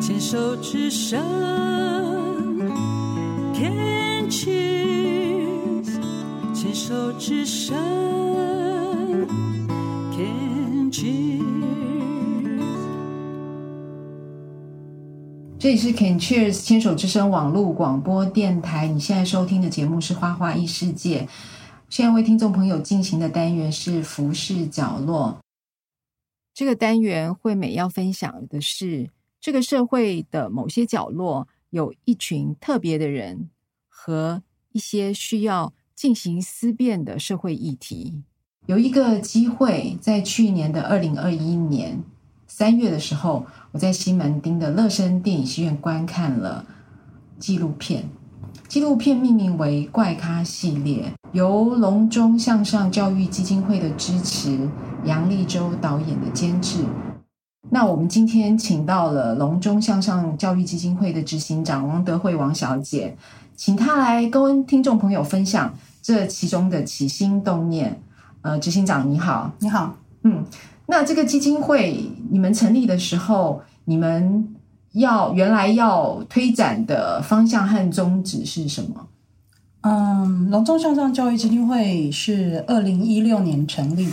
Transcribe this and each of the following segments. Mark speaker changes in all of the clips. Speaker 1: 牵手之声，Can cheers，牵手之声，Can cheers。
Speaker 2: 这里是 Can Cheers 牵手之声网络广播电台，你现在收听的节目是《花花异世界》，现在为听众朋友进行的单元是服饰角落。这个单元惠美要分享的是，这个社会的某些角落有一群特别的人和一些需要进行思辨的社会议题。有一个机会，在去年的二零二一年，三月的时候，我在西门町的乐生电影学院观看了纪录片。纪录片命名为《怪咖》系列，由隆中向上教育基金会的支持，杨立洲导演的监制。那我们今天请到了隆中向上教育基金会的执行长王德惠王小姐，请她来跟听众朋友分享这其中的起心动念。呃，执行长你好，
Speaker 3: 你好，
Speaker 2: 嗯，那这个基金会你们成立的时候，你们要原来要推展的方向和宗旨是什么？
Speaker 3: 嗯，隆重向上教育基金会是二零一六年成立。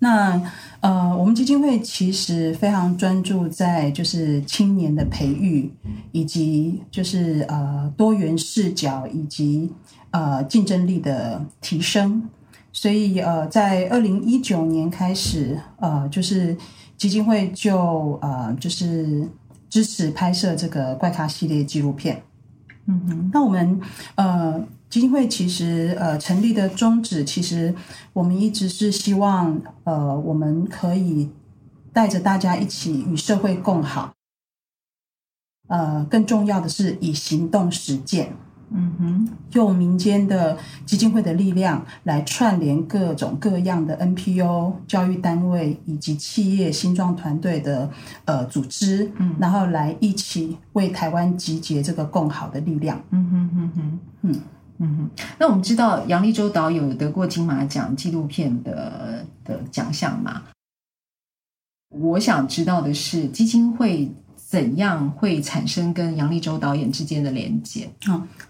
Speaker 3: 那呃，我们基金会其实非常专注在就是青年的培育，以及就是呃多元视角以及呃竞争力的提升。所以呃，在二零一九年开始，呃，就是基金会就呃就是支持拍摄这个怪咖系列纪录片。
Speaker 2: 嗯哼，
Speaker 3: 那我们呃基金会其实呃成立的宗旨，其实我们一直是希望呃我们可以带着大家一起与社会共好。呃，更重要的是以行动实践，
Speaker 2: 嗯哼，
Speaker 3: 用民间的基金会的力量来串联各种各样的 NPO、教育单位以及企业新创团队的呃组织，
Speaker 2: 嗯
Speaker 3: 然后来一起为台湾集结这个共好的力量。
Speaker 2: 嗯哼嗯哼，
Speaker 3: 嗯
Speaker 2: 嗯哼。那我们知道杨立洲导演有得过金马奖纪录片的的奖项嘛？我想知道的是，基金会怎样会产生跟杨立洲导演之间的连接？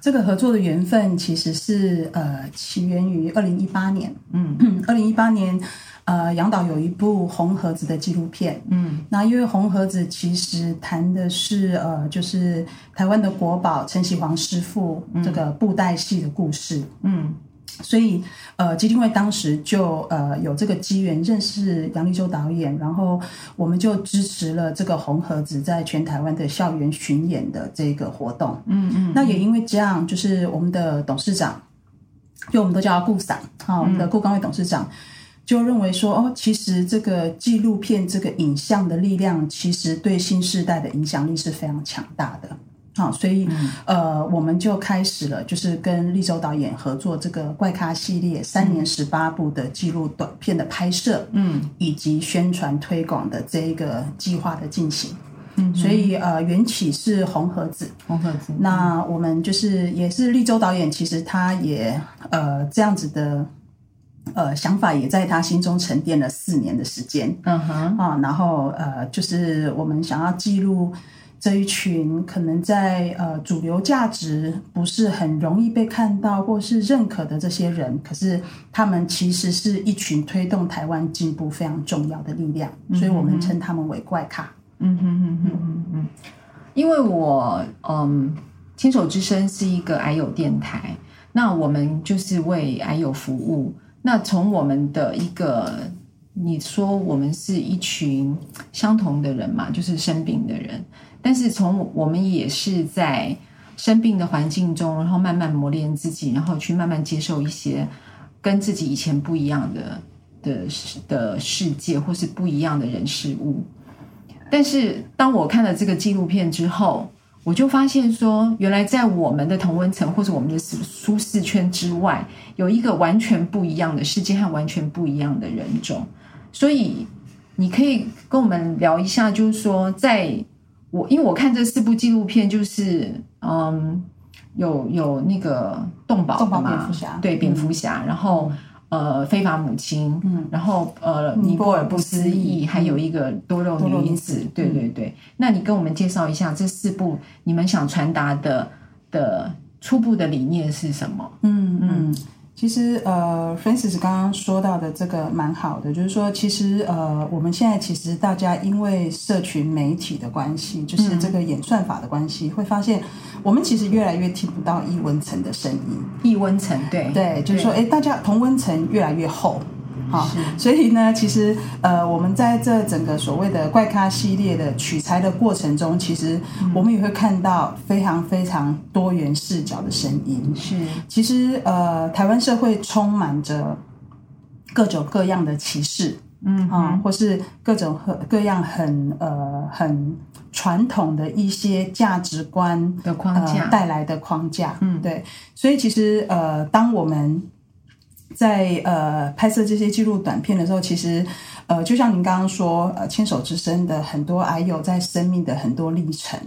Speaker 3: 这个合作的缘分其实是呃起源于二零一八年，
Speaker 2: 嗯
Speaker 3: 二零一八年呃杨导有一部《红盒子》的纪录片，
Speaker 2: 嗯
Speaker 3: 那因为红盒子其实谈的是呃，就是台湾的国宝陈启煌师傅这个布袋戏的故事，
Speaker 2: 嗯
Speaker 3: 所以呃，基金会当时就呃有这个机缘认识杨立洲导演，然后我们就支持了这个红盒子在全台湾的校园巡演的这个活动。
Speaker 2: 嗯嗯
Speaker 3: 那也因为这样，就是我们的董事长，就我们都叫他顾赏啊，我们的顾刚伟董事长就认为说，哦，其实这个纪录片这个影像的力量，其实对新时代的影响力是非常强大的。好，所以、呃，我们就开始了，就是跟立州导演合作这个怪咖系列三年十八部的纪录短片的拍摄，
Speaker 2: 嗯
Speaker 3: 以及宣传推广的这一个计划的进行。
Speaker 2: 嗯，
Speaker 3: 所以呃，缘起是红盒子，
Speaker 2: 红盒子
Speaker 3: 那我们就是也是立州导演，其实他也呃这样子的呃想法也在他心中沉淀了四年的时间
Speaker 2: 嗯哼，
Speaker 3: 啊，然后呃就是我们想要记录这一群可能在呃主流价值不是很容易被看到或是认可的这些人，可是他们其实是一群推动台湾进步非常重要的力量，所以我们称他们为怪咖。
Speaker 2: 嗯哼嗯哼嗯哼，因为我嗯，牵手之声是一个癌友电台，那我们就是为癌友服务。那从我们的一个，你说我们是一群相同的人嘛，就是生病的人，但是从我们也是在生病的环境中，然后慢慢磨练自己，然后去慢慢接受一些跟自己以前不一样的的世的世界，或是不一样的人事物。但是当我看了这个纪录片之后，我就发现说，原来在我们的同温层或者我们的舒适圈之外，有一个完全不一样的世界和完全不一样的人种。所以，你可以跟我们聊一下，就是说，在我因为我看这四部纪录片，就是嗯，有有那个动保的
Speaker 3: 动保
Speaker 2: 嘛
Speaker 3: 蝙蝠侠
Speaker 2: 对蝙蝠侠，然后呃非法母亲，
Speaker 3: 嗯
Speaker 2: 然后呃尼
Speaker 3: 尼
Speaker 2: 泊
Speaker 3: 泊
Speaker 2: 尔
Speaker 3: 尔
Speaker 2: 不
Speaker 3: 不
Speaker 2: 思
Speaker 3: 思
Speaker 2: 议，
Speaker 3: 议嗯
Speaker 2: 还有一个多肉
Speaker 3: 多肉
Speaker 2: 女
Speaker 3: 女嗯
Speaker 2: 因
Speaker 3: 子
Speaker 2: 子，对对对。那你跟我们介绍一下这四部你们想传达的的初步的理念是什么？
Speaker 3: 嗯嗯，其实呃，Francis 刚刚说到的这个蛮好的，就是说，其实呃，我们现在其实大家因为社群媒体的关系，就是这个演算法的关系，会发现我们其实越来越听不到易文层的声音。
Speaker 2: 易温层，对
Speaker 3: 对，就是说，哎，大家同温层越来越厚。好，所以呢，其实呃，我们在这整个所谓的怪咖系列的取材的过程中，其实我们也会看到非常非常多元视角的声音。
Speaker 2: 是
Speaker 3: 其实呃，台湾社会充满着各种各样的歧视，
Speaker 2: 嗯
Speaker 3: 啊、或是各种和各样很呃很传统的一些价值观
Speaker 2: 的框架
Speaker 3: 呃带来的框架，嗯，对，所以其实呃，当我们在呃拍摄这些记录短片的时候，其实呃，就像您刚刚说，呃，牵手之声的很多还有在生命的很多历程，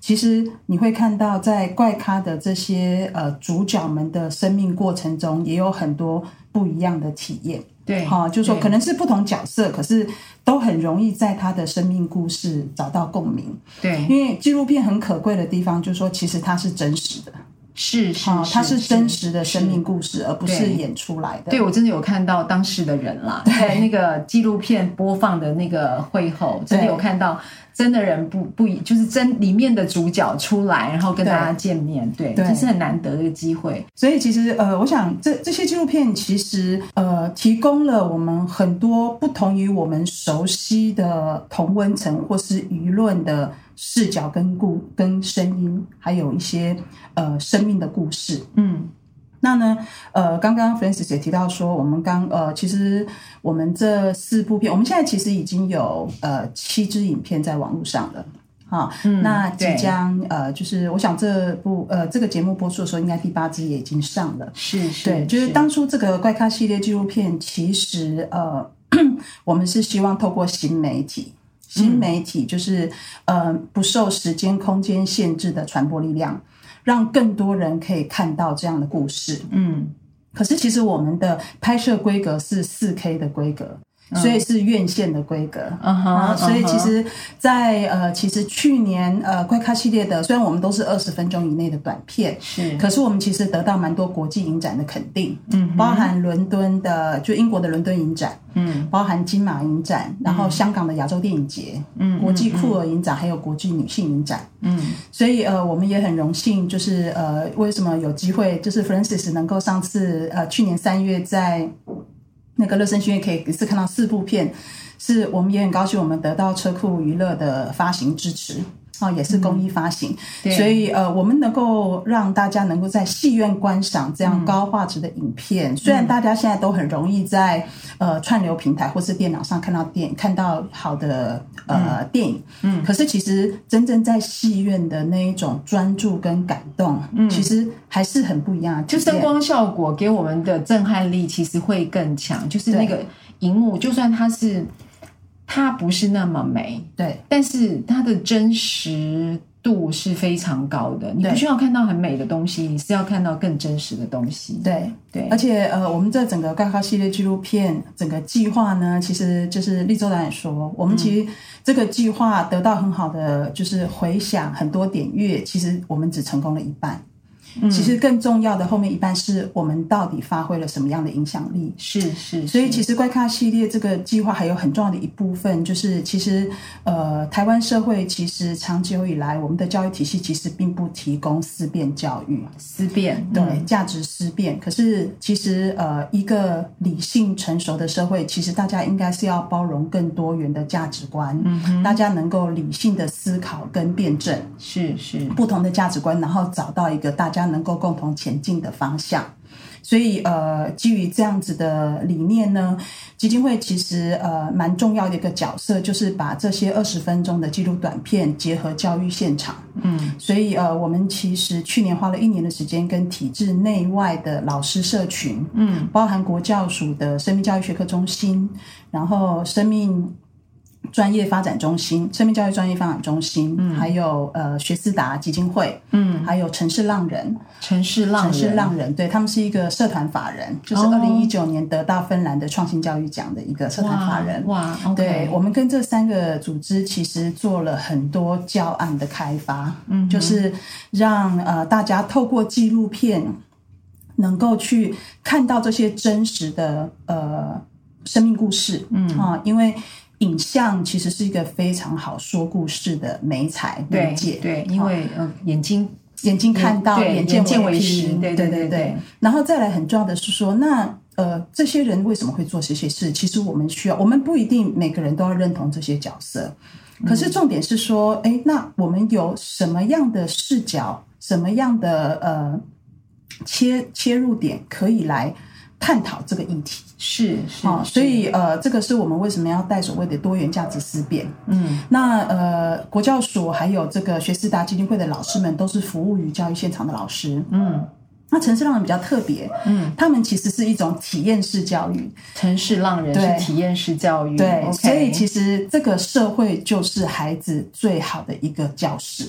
Speaker 3: 其实你会看到在怪咖的这些呃主角们的生命过程中，也有很多不一样的体验。
Speaker 2: 对，
Speaker 3: 哈、就是说
Speaker 2: 对
Speaker 3: 可能是不同角色，可是都很容易在他的生命故事找到共鸣。
Speaker 2: 对
Speaker 3: 因为纪录片很可贵的地方，就是说其实它是真实的，
Speaker 2: 是是
Speaker 3: 啊、它是真
Speaker 2: 是
Speaker 3: 实的生命故事，而不是
Speaker 2: 对
Speaker 3: 演出来的。
Speaker 2: 对，我真的有看到当事的人啦，在那个纪录片播放的那个会后，真的
Speaker 3: 对
Speaker 2: 有看到真的人不不一，就是真里面的主角出来，然后跟
Speaker 3: 对
Speaker 2: 大家见面，对，
Speaker 3: 对
Speaker 2: 这是很难得的一个机会，
Speaker 3: 所以其实呃，我想这这些纪录片其实呃提供了我们很多不同于我们熟悉的同温层或是舆论的视角跟故跟声音，还有一些呃生命的故事。
Speaker 2: 嗯，
Speaker 3: 那呢，呃，刚刚 Francis 也提到说，我们刚呃，其实我们这四部片，我们现在其实已经有呃七支影片在网络上了。啊，那即
Speaker 2: 嗯对
Speaker 3: 将呃，就是我想这部呃这个节目播出的时候，应该第八支也已经上了。
Speaker 2: 是是，
Speaker 3: 对，就是当初这个怪咖系列纪录片，其实呃， 我们是希望透过新媒体，新媒体就是、呃不受时间空间限制的传播力量，让更多人可以看到这样的故事。
Speaker 2: 嗯
Speaker 3: 可是其实我们的拍摄规格是四 K 的规格，所以是院线的规格。
Speaker 2: 嗯哼
Speaker 3: 啊，所以其
Speaker 2: 嗯
Speaker 3: 实在，呃，其实去年呃，怪咖系列的，虽然我们都是二十分钟以内的短片，
Speaker 2: 是
Speaker 3: 可是我们其实得到蛮多国际影展的肯定，嗯，包含伦敦的，就英国的伦敦影展，
Speaker 2: 嗯，
Speaker 3: 包含金马影展，然后香港的亚洲电影节，嗯，国际酷儿影展，还有国际女性影展，嗯，所以呃，我们也很荣幸，就是呃，为什么有机会，就是 Francis 能够上次呃，去年三月在那个乐声学院可以一次看到四部片，是我们也很高兴，我们得到车库娱乐的发行支持。哦，也是公益发行，
Speaker 2: 对
Speaker 3: 所以呃，我们能够让大家能够在戏院观赏这样高画质的影片。虽然大家现在都很容易在呃串流平台或是电脑上看到电看到好的呃、电影，嗯，可是其实真正在戏院的那一种专注跟感动，嗯，其实还是很不一样的体
Speaker 2: 就
Speaker 3: 验。
Speaker 2: 声光效果给我们的震撼力其实会更强，就是那
Speaker 3: 对
Speaker 2: 个荧幕，就算它是它不是那么美，
Speaker 3: 对
Speaker 2: 但是它的真实度是非常高的。你
Speaker 3: 对
Speaker 2: 不需要看到很美的东西，你是要看到更真实的东西。
Speaker 3: 对。
Speaker 2: 对
Speaker 3: 而，且呃，我们这整个怪咖系列纪录片整个计划呢，其实就是立州导演说，我们其实这个计划得到很好的就是回响，很多点阅，其实我们只成功了一半。其实更重要的后面一半是我们到底发挥了什么样的影响力。
Speaker 2: 是是，
Speaker 3: 所以其
Speaker 2: 实
Speaker 3: 实怪咖系列这个计划还有很重要的一部分，就是其实呃，台湾社会其实长久以来，我们的教育体系其实并不提供思辨教育。
Speaker 2: 思辨
Speaker 3: 对
Speaker 2: 嗯
Speaker 3: 价值思辨。可是其实呃，一个理性成熟的社会，其实大家应该是要包容更多元的价值观，嗯、大家能够理性的思考跟辩证
Speaker 2: 是是
Speaker 3: 不同的价值观，然后找到一个大家能够共同前进的方向。所以，呃，基于这样子的理念呢，基金会其实呃蛮重要的一个角色，就是把这些二十分钟的纪录短片结合教育现场。嗯，所以呃，我们其实去年花了一年的时间，跟体制内外的老师社群，嗯，包含国教署的生命教育学科中心，然后生命专业发展中心、生命教育专业发展中心，还有呃学思达基金会，
Speaker 2: 嗯，
Speaker 3: 还有城市浪人，
Speaker 2: 城市浪人，
Speaker 3: 城市浪人，对他们是一个社团法人，就是
Speaker 2: 哦
Speaker 3: 二零一九年得到芬兰的创新教育奖的一个社团法人。
Speaker 2: 哇，哇 o k
Speaker 3: 对我们跟这三个组织其实做了很多教案的开发，嗯，就是让呃大家透过纪录片能够去看到这些真实的呃生命故事，嗯啊，因为影像其实是一个非常好说故事的媒材媒
Speaker 2: 对
Speaker 3: 介，
Speaker 2: 对，因为呃眼睛
Speaker 3: 眼睛看到，
Speaker 2: 对
Speaker 3: 眼见
Speaker 2: 眼见为
Speaker 3: 凭
Speaker 2: 实
Speaker 3: 对
Speaker 2: 对
Speaker 3: 对
Speaker 2: 对对对
Speaker 3: 然后再来很重要的是说，那呃，这些人为什么会做这些事？其实我们需要，我们不一定每个人都要认同这些角色，可是重点是说，哎、那我们有什么样的视角，什么样的呃切切入点可以来探讨这个议题？
Speaker 2: 是是、
Speaker 3: 啊、
Speaker 2: 是
Speaker 3: 所以呃，这个是我们为什么要带所谓的多元价值思辨。
Speaker 2: 嗯，
Speaker 3: 那呃，国教署还有这个学思达基金会的老师们都是服务于教育现场的老师。
Speaker 2: 嗯
Speaker 3: 那城市让人比较特别，
Speaker 2: 嗯，
Speaker 3: 他们其实是一种体验式教育，
Speaker 2: 城市浪人
Speaker 3: 对
Speaker 2: 是体验式教育，
Speaker 3: 对
Speaker 2: o k
Speaker 3: 所以其实这个社会就是孩子最好的一个教室。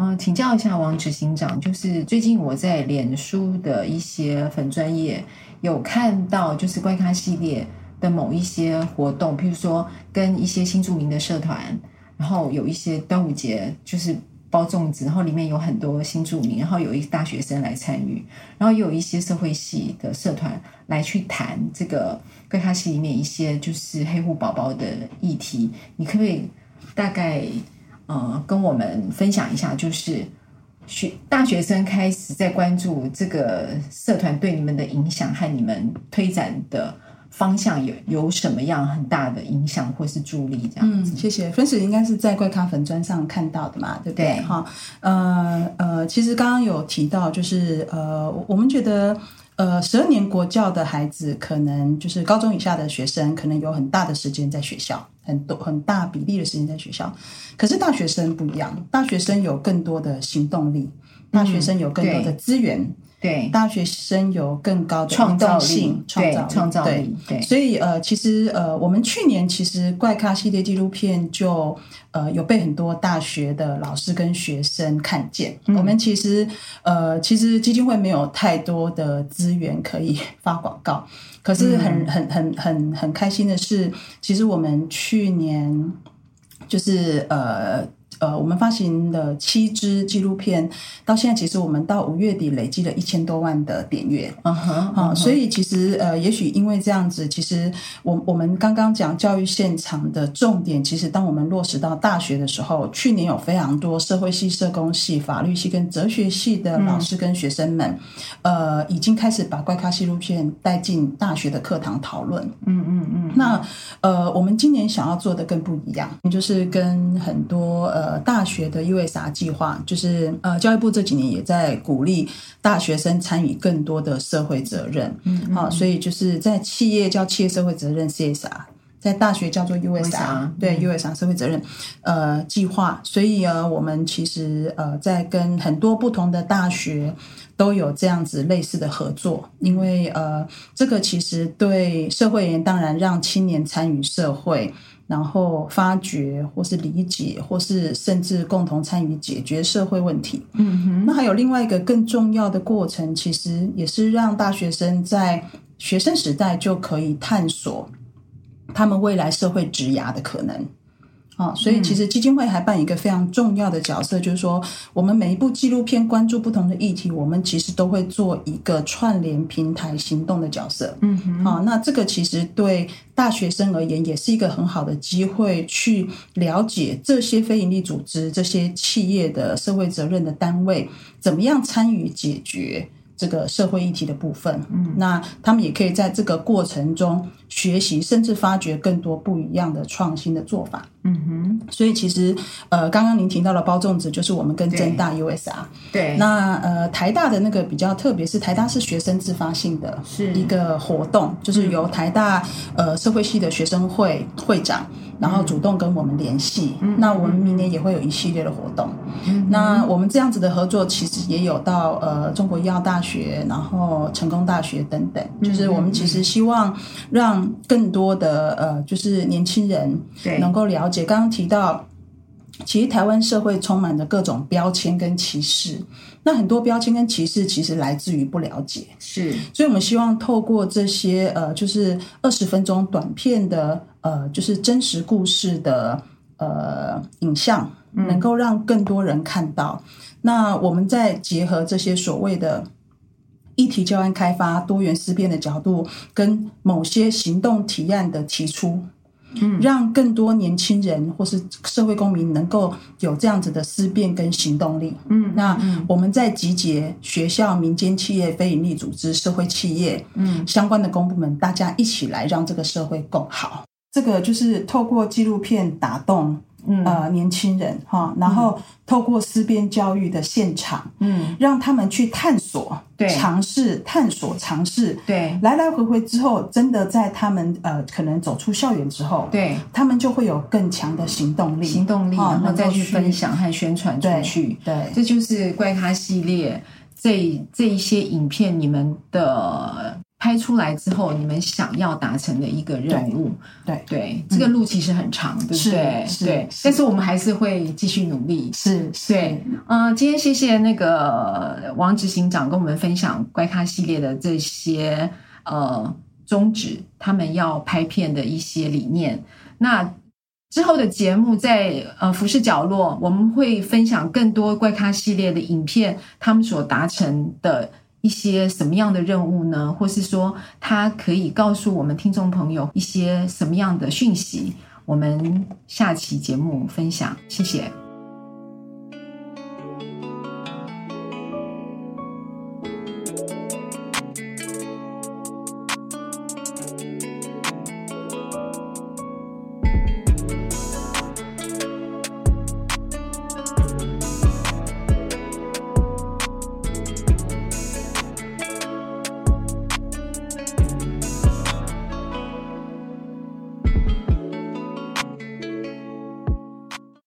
Speaker 2: 嗯，请教一下王执行长，就是最近我在脸书的一些粉专业有看到，就是怪咖系列的某一些活动，譬如说跟一些新著名的社团，然后有一些端午节就是包粽子，然后里面有很多新著名，然后有一大学生来参与，然后也有一些社会系的社团来去谈这个怪咖系里面一些就是黑户宝宝的议题，你可不可以大概？呃，跟我们分享一下，就是学大学生开始在关注这个社团对你们的影响和你们推展的方向有有什么样很大的影响或是助力这样。
Speaker 3: 嗯，谢谢。分子应该是在怪咖粉砖上看到的嘛，对不对？
Speaker 2: 对
Speaker 3: 哈，呃呃，其实刚刚有提到，就是呃，我我们觉得。呃，十二年国教的孩子，可能就是高中以下的学生，可能有很大的时间在学校，很多很大比例的时间在学校。可是大学生不一样，大学生有更多的行动力，大学生有更多的
Speaker 2: 嗯对
Speaker 3: 资源，
Speaker 2: 对，
Speaker 3: 大学生有更高的
Speaker 2: 创造
Speaker 3: 造性
Speaker 2: 力，、
Speaker 3: 创造
Speaker 2: 对创造
Speaker 3: 对
Speaker 2: 力，对，
Speaker 3: 所以呃，其实呃，我们去年其实怪咖系列纪录片就呃有被很多大学的老师跟学生看见。我们其实呃，其实基金会没有太多的资源可以发广告， 可是很、很很很很开心的是，其实我们去年就是呃。呃，我们发行了七支纪录片，到现在其实我们到五月底累积了一千多万的点阅，
Speaker 2: 嗯哼，
Speaker 3: 啊、
Speaker 2: 嗯
Speaker 3: 所以其实呃，也许因为这样子，其实我我们刚刚讲教育现场的重点，其实当我们落实到大学的时候，去年有非常多社会系、社工系、法律系跟哲学系的老师跟学生们，呃，已经开始把怪咖纪录片带进大学的课堂讨论。
Speaker 2: 嗯嗯嗯，
Speaker 3: 那呃，我们今年想要做的更不一样，就是跟很多呃大学的 USR 计划，就是呃教育部这几年也在鼓励大学生参与更多的社会责任，嗯好、所以就是在企业叫企业社会责任 CSR。在大学叫做 USR，
Speaker 2: USR
Speaker 3: 对 USR 社会责任呃计划，所以呃我们其实呃在跟很多不同的大学都有这样子类似的合作，因为呃这个其实对社会而言，当然让青年参与社会，然后发掘或是理解，或是甚至共同参与解决社会问题。嗯哼，那还有另外一个更重要的过程，其实也是让大学生在学生时代就可以探索他们未来社会职涯的可能。啊、所以其实基金会还扮演一个非常重要的角色，就是说，我们每一部纪录片关注不同的议题，我们其实都会做一个串联平台行动的角色。嗯哼，啊、那这个其实对大学生而言，也是一个很好的机会，去了解这些非营利组织、这些企业的社会责任的单位，怎么样参与解决这个社会议题的部分。嗯，那他们也可以在这个过程中学习，甚至发掘更多不一样的创新的做法。嗯哼，所以其实呃，刚刚您提到了包粽子，就是我们跟正大 USR。
Speaker 2: 对，
Speaker 3: 那呃，台大的那个比较特别，是台大是学生自发性的，
Speaker 2: 是嗯
Speaker 3: 一个活动，就是由台大呃社会系的学生会会长，然后主动跟我们联系。
Speaker 2: 嗯
Speaker 3: 那我们明年也会有一系列的活动。那我们这样子的合作，其实也有到
Speaker 2: 嗯
Speaker 3: 呃中国医药大学，然后成功大学等等，就是我们其实希望让让更多的呃，就是年轻人
Speaker 2: 对
Speaker 3: 能够了解。刚刚提到，其实台湾社会充满着各种标签跟歧视，那很多标签跟歧视其实来自于不了解。
Speaker 2: 是
Speaker 3: 所以我们希望透过这些呃，就是二十分钟短片的呃，就是真实故事的呃影像，能够让更多人看到。那我们再结合这些所谓的。呃议题教案开发、多元思辨的角度，跟某些行动提案的提出，嗯，让更多年轻人或是社会公民能够有这样子的思辨跟行动力，嗯，那我们在集结学校、民间企业、非营利组织、社会企业，嗯，相关的公部门，大家一起来让这个社会更好。这个就是透过纪录片打动，嗯呃年轻人哈，然后透过思辨教育的现场，
Speaker 2: 嗯，
Speaker 3: 让他们去探索，
Speaker 2: 对
Speaker 3: 尝试探索尝试，
Speaker 2: 对
Speaker 3: 来来回回之后，真的在他们呃可能走出校园之后，，
Speaker 2: 对
Speaker 3: 他们就会有更强的行动力，
Speaker 2: 行动力，
Speaker 3: 哦
Speaker 2: 然后
Speaker 3: 能够
Speaker 2: 再去
Speaker 3: 去
Speaker 2: 分享和宣传出
Speaker 3: 对
Speaker 2: 去。
Speaker 3: 对
Speaker 2: 这就是怪咖系列这这一些影片你们的拍出来之后，你们想要达成的一个任务。
Speaker 3: 对
Speaker 2: 对，这个路其实很长，对不
Speaker 3: 是
Speaker 2: 对？
Speaker 3: 是
Speaker 2: 对，
Speaker 3: 是
Speaker 2: 但是我们还是会继续努力。
Speaker 3: 是是
Speaker 2: 对，呃，今天谢谢那个王执行长跟我们分享怪咖系列的这些呃宗旨，他们要拍片的一些理念。那之后的节目在呃服饰角落，我们会分享更多怪咖系列的影片，他们所达成的一些什么样的任务呢？或是说，它可以告诉我们听众朋友一些什么样的讯息？我们下期节目分享，谢谢。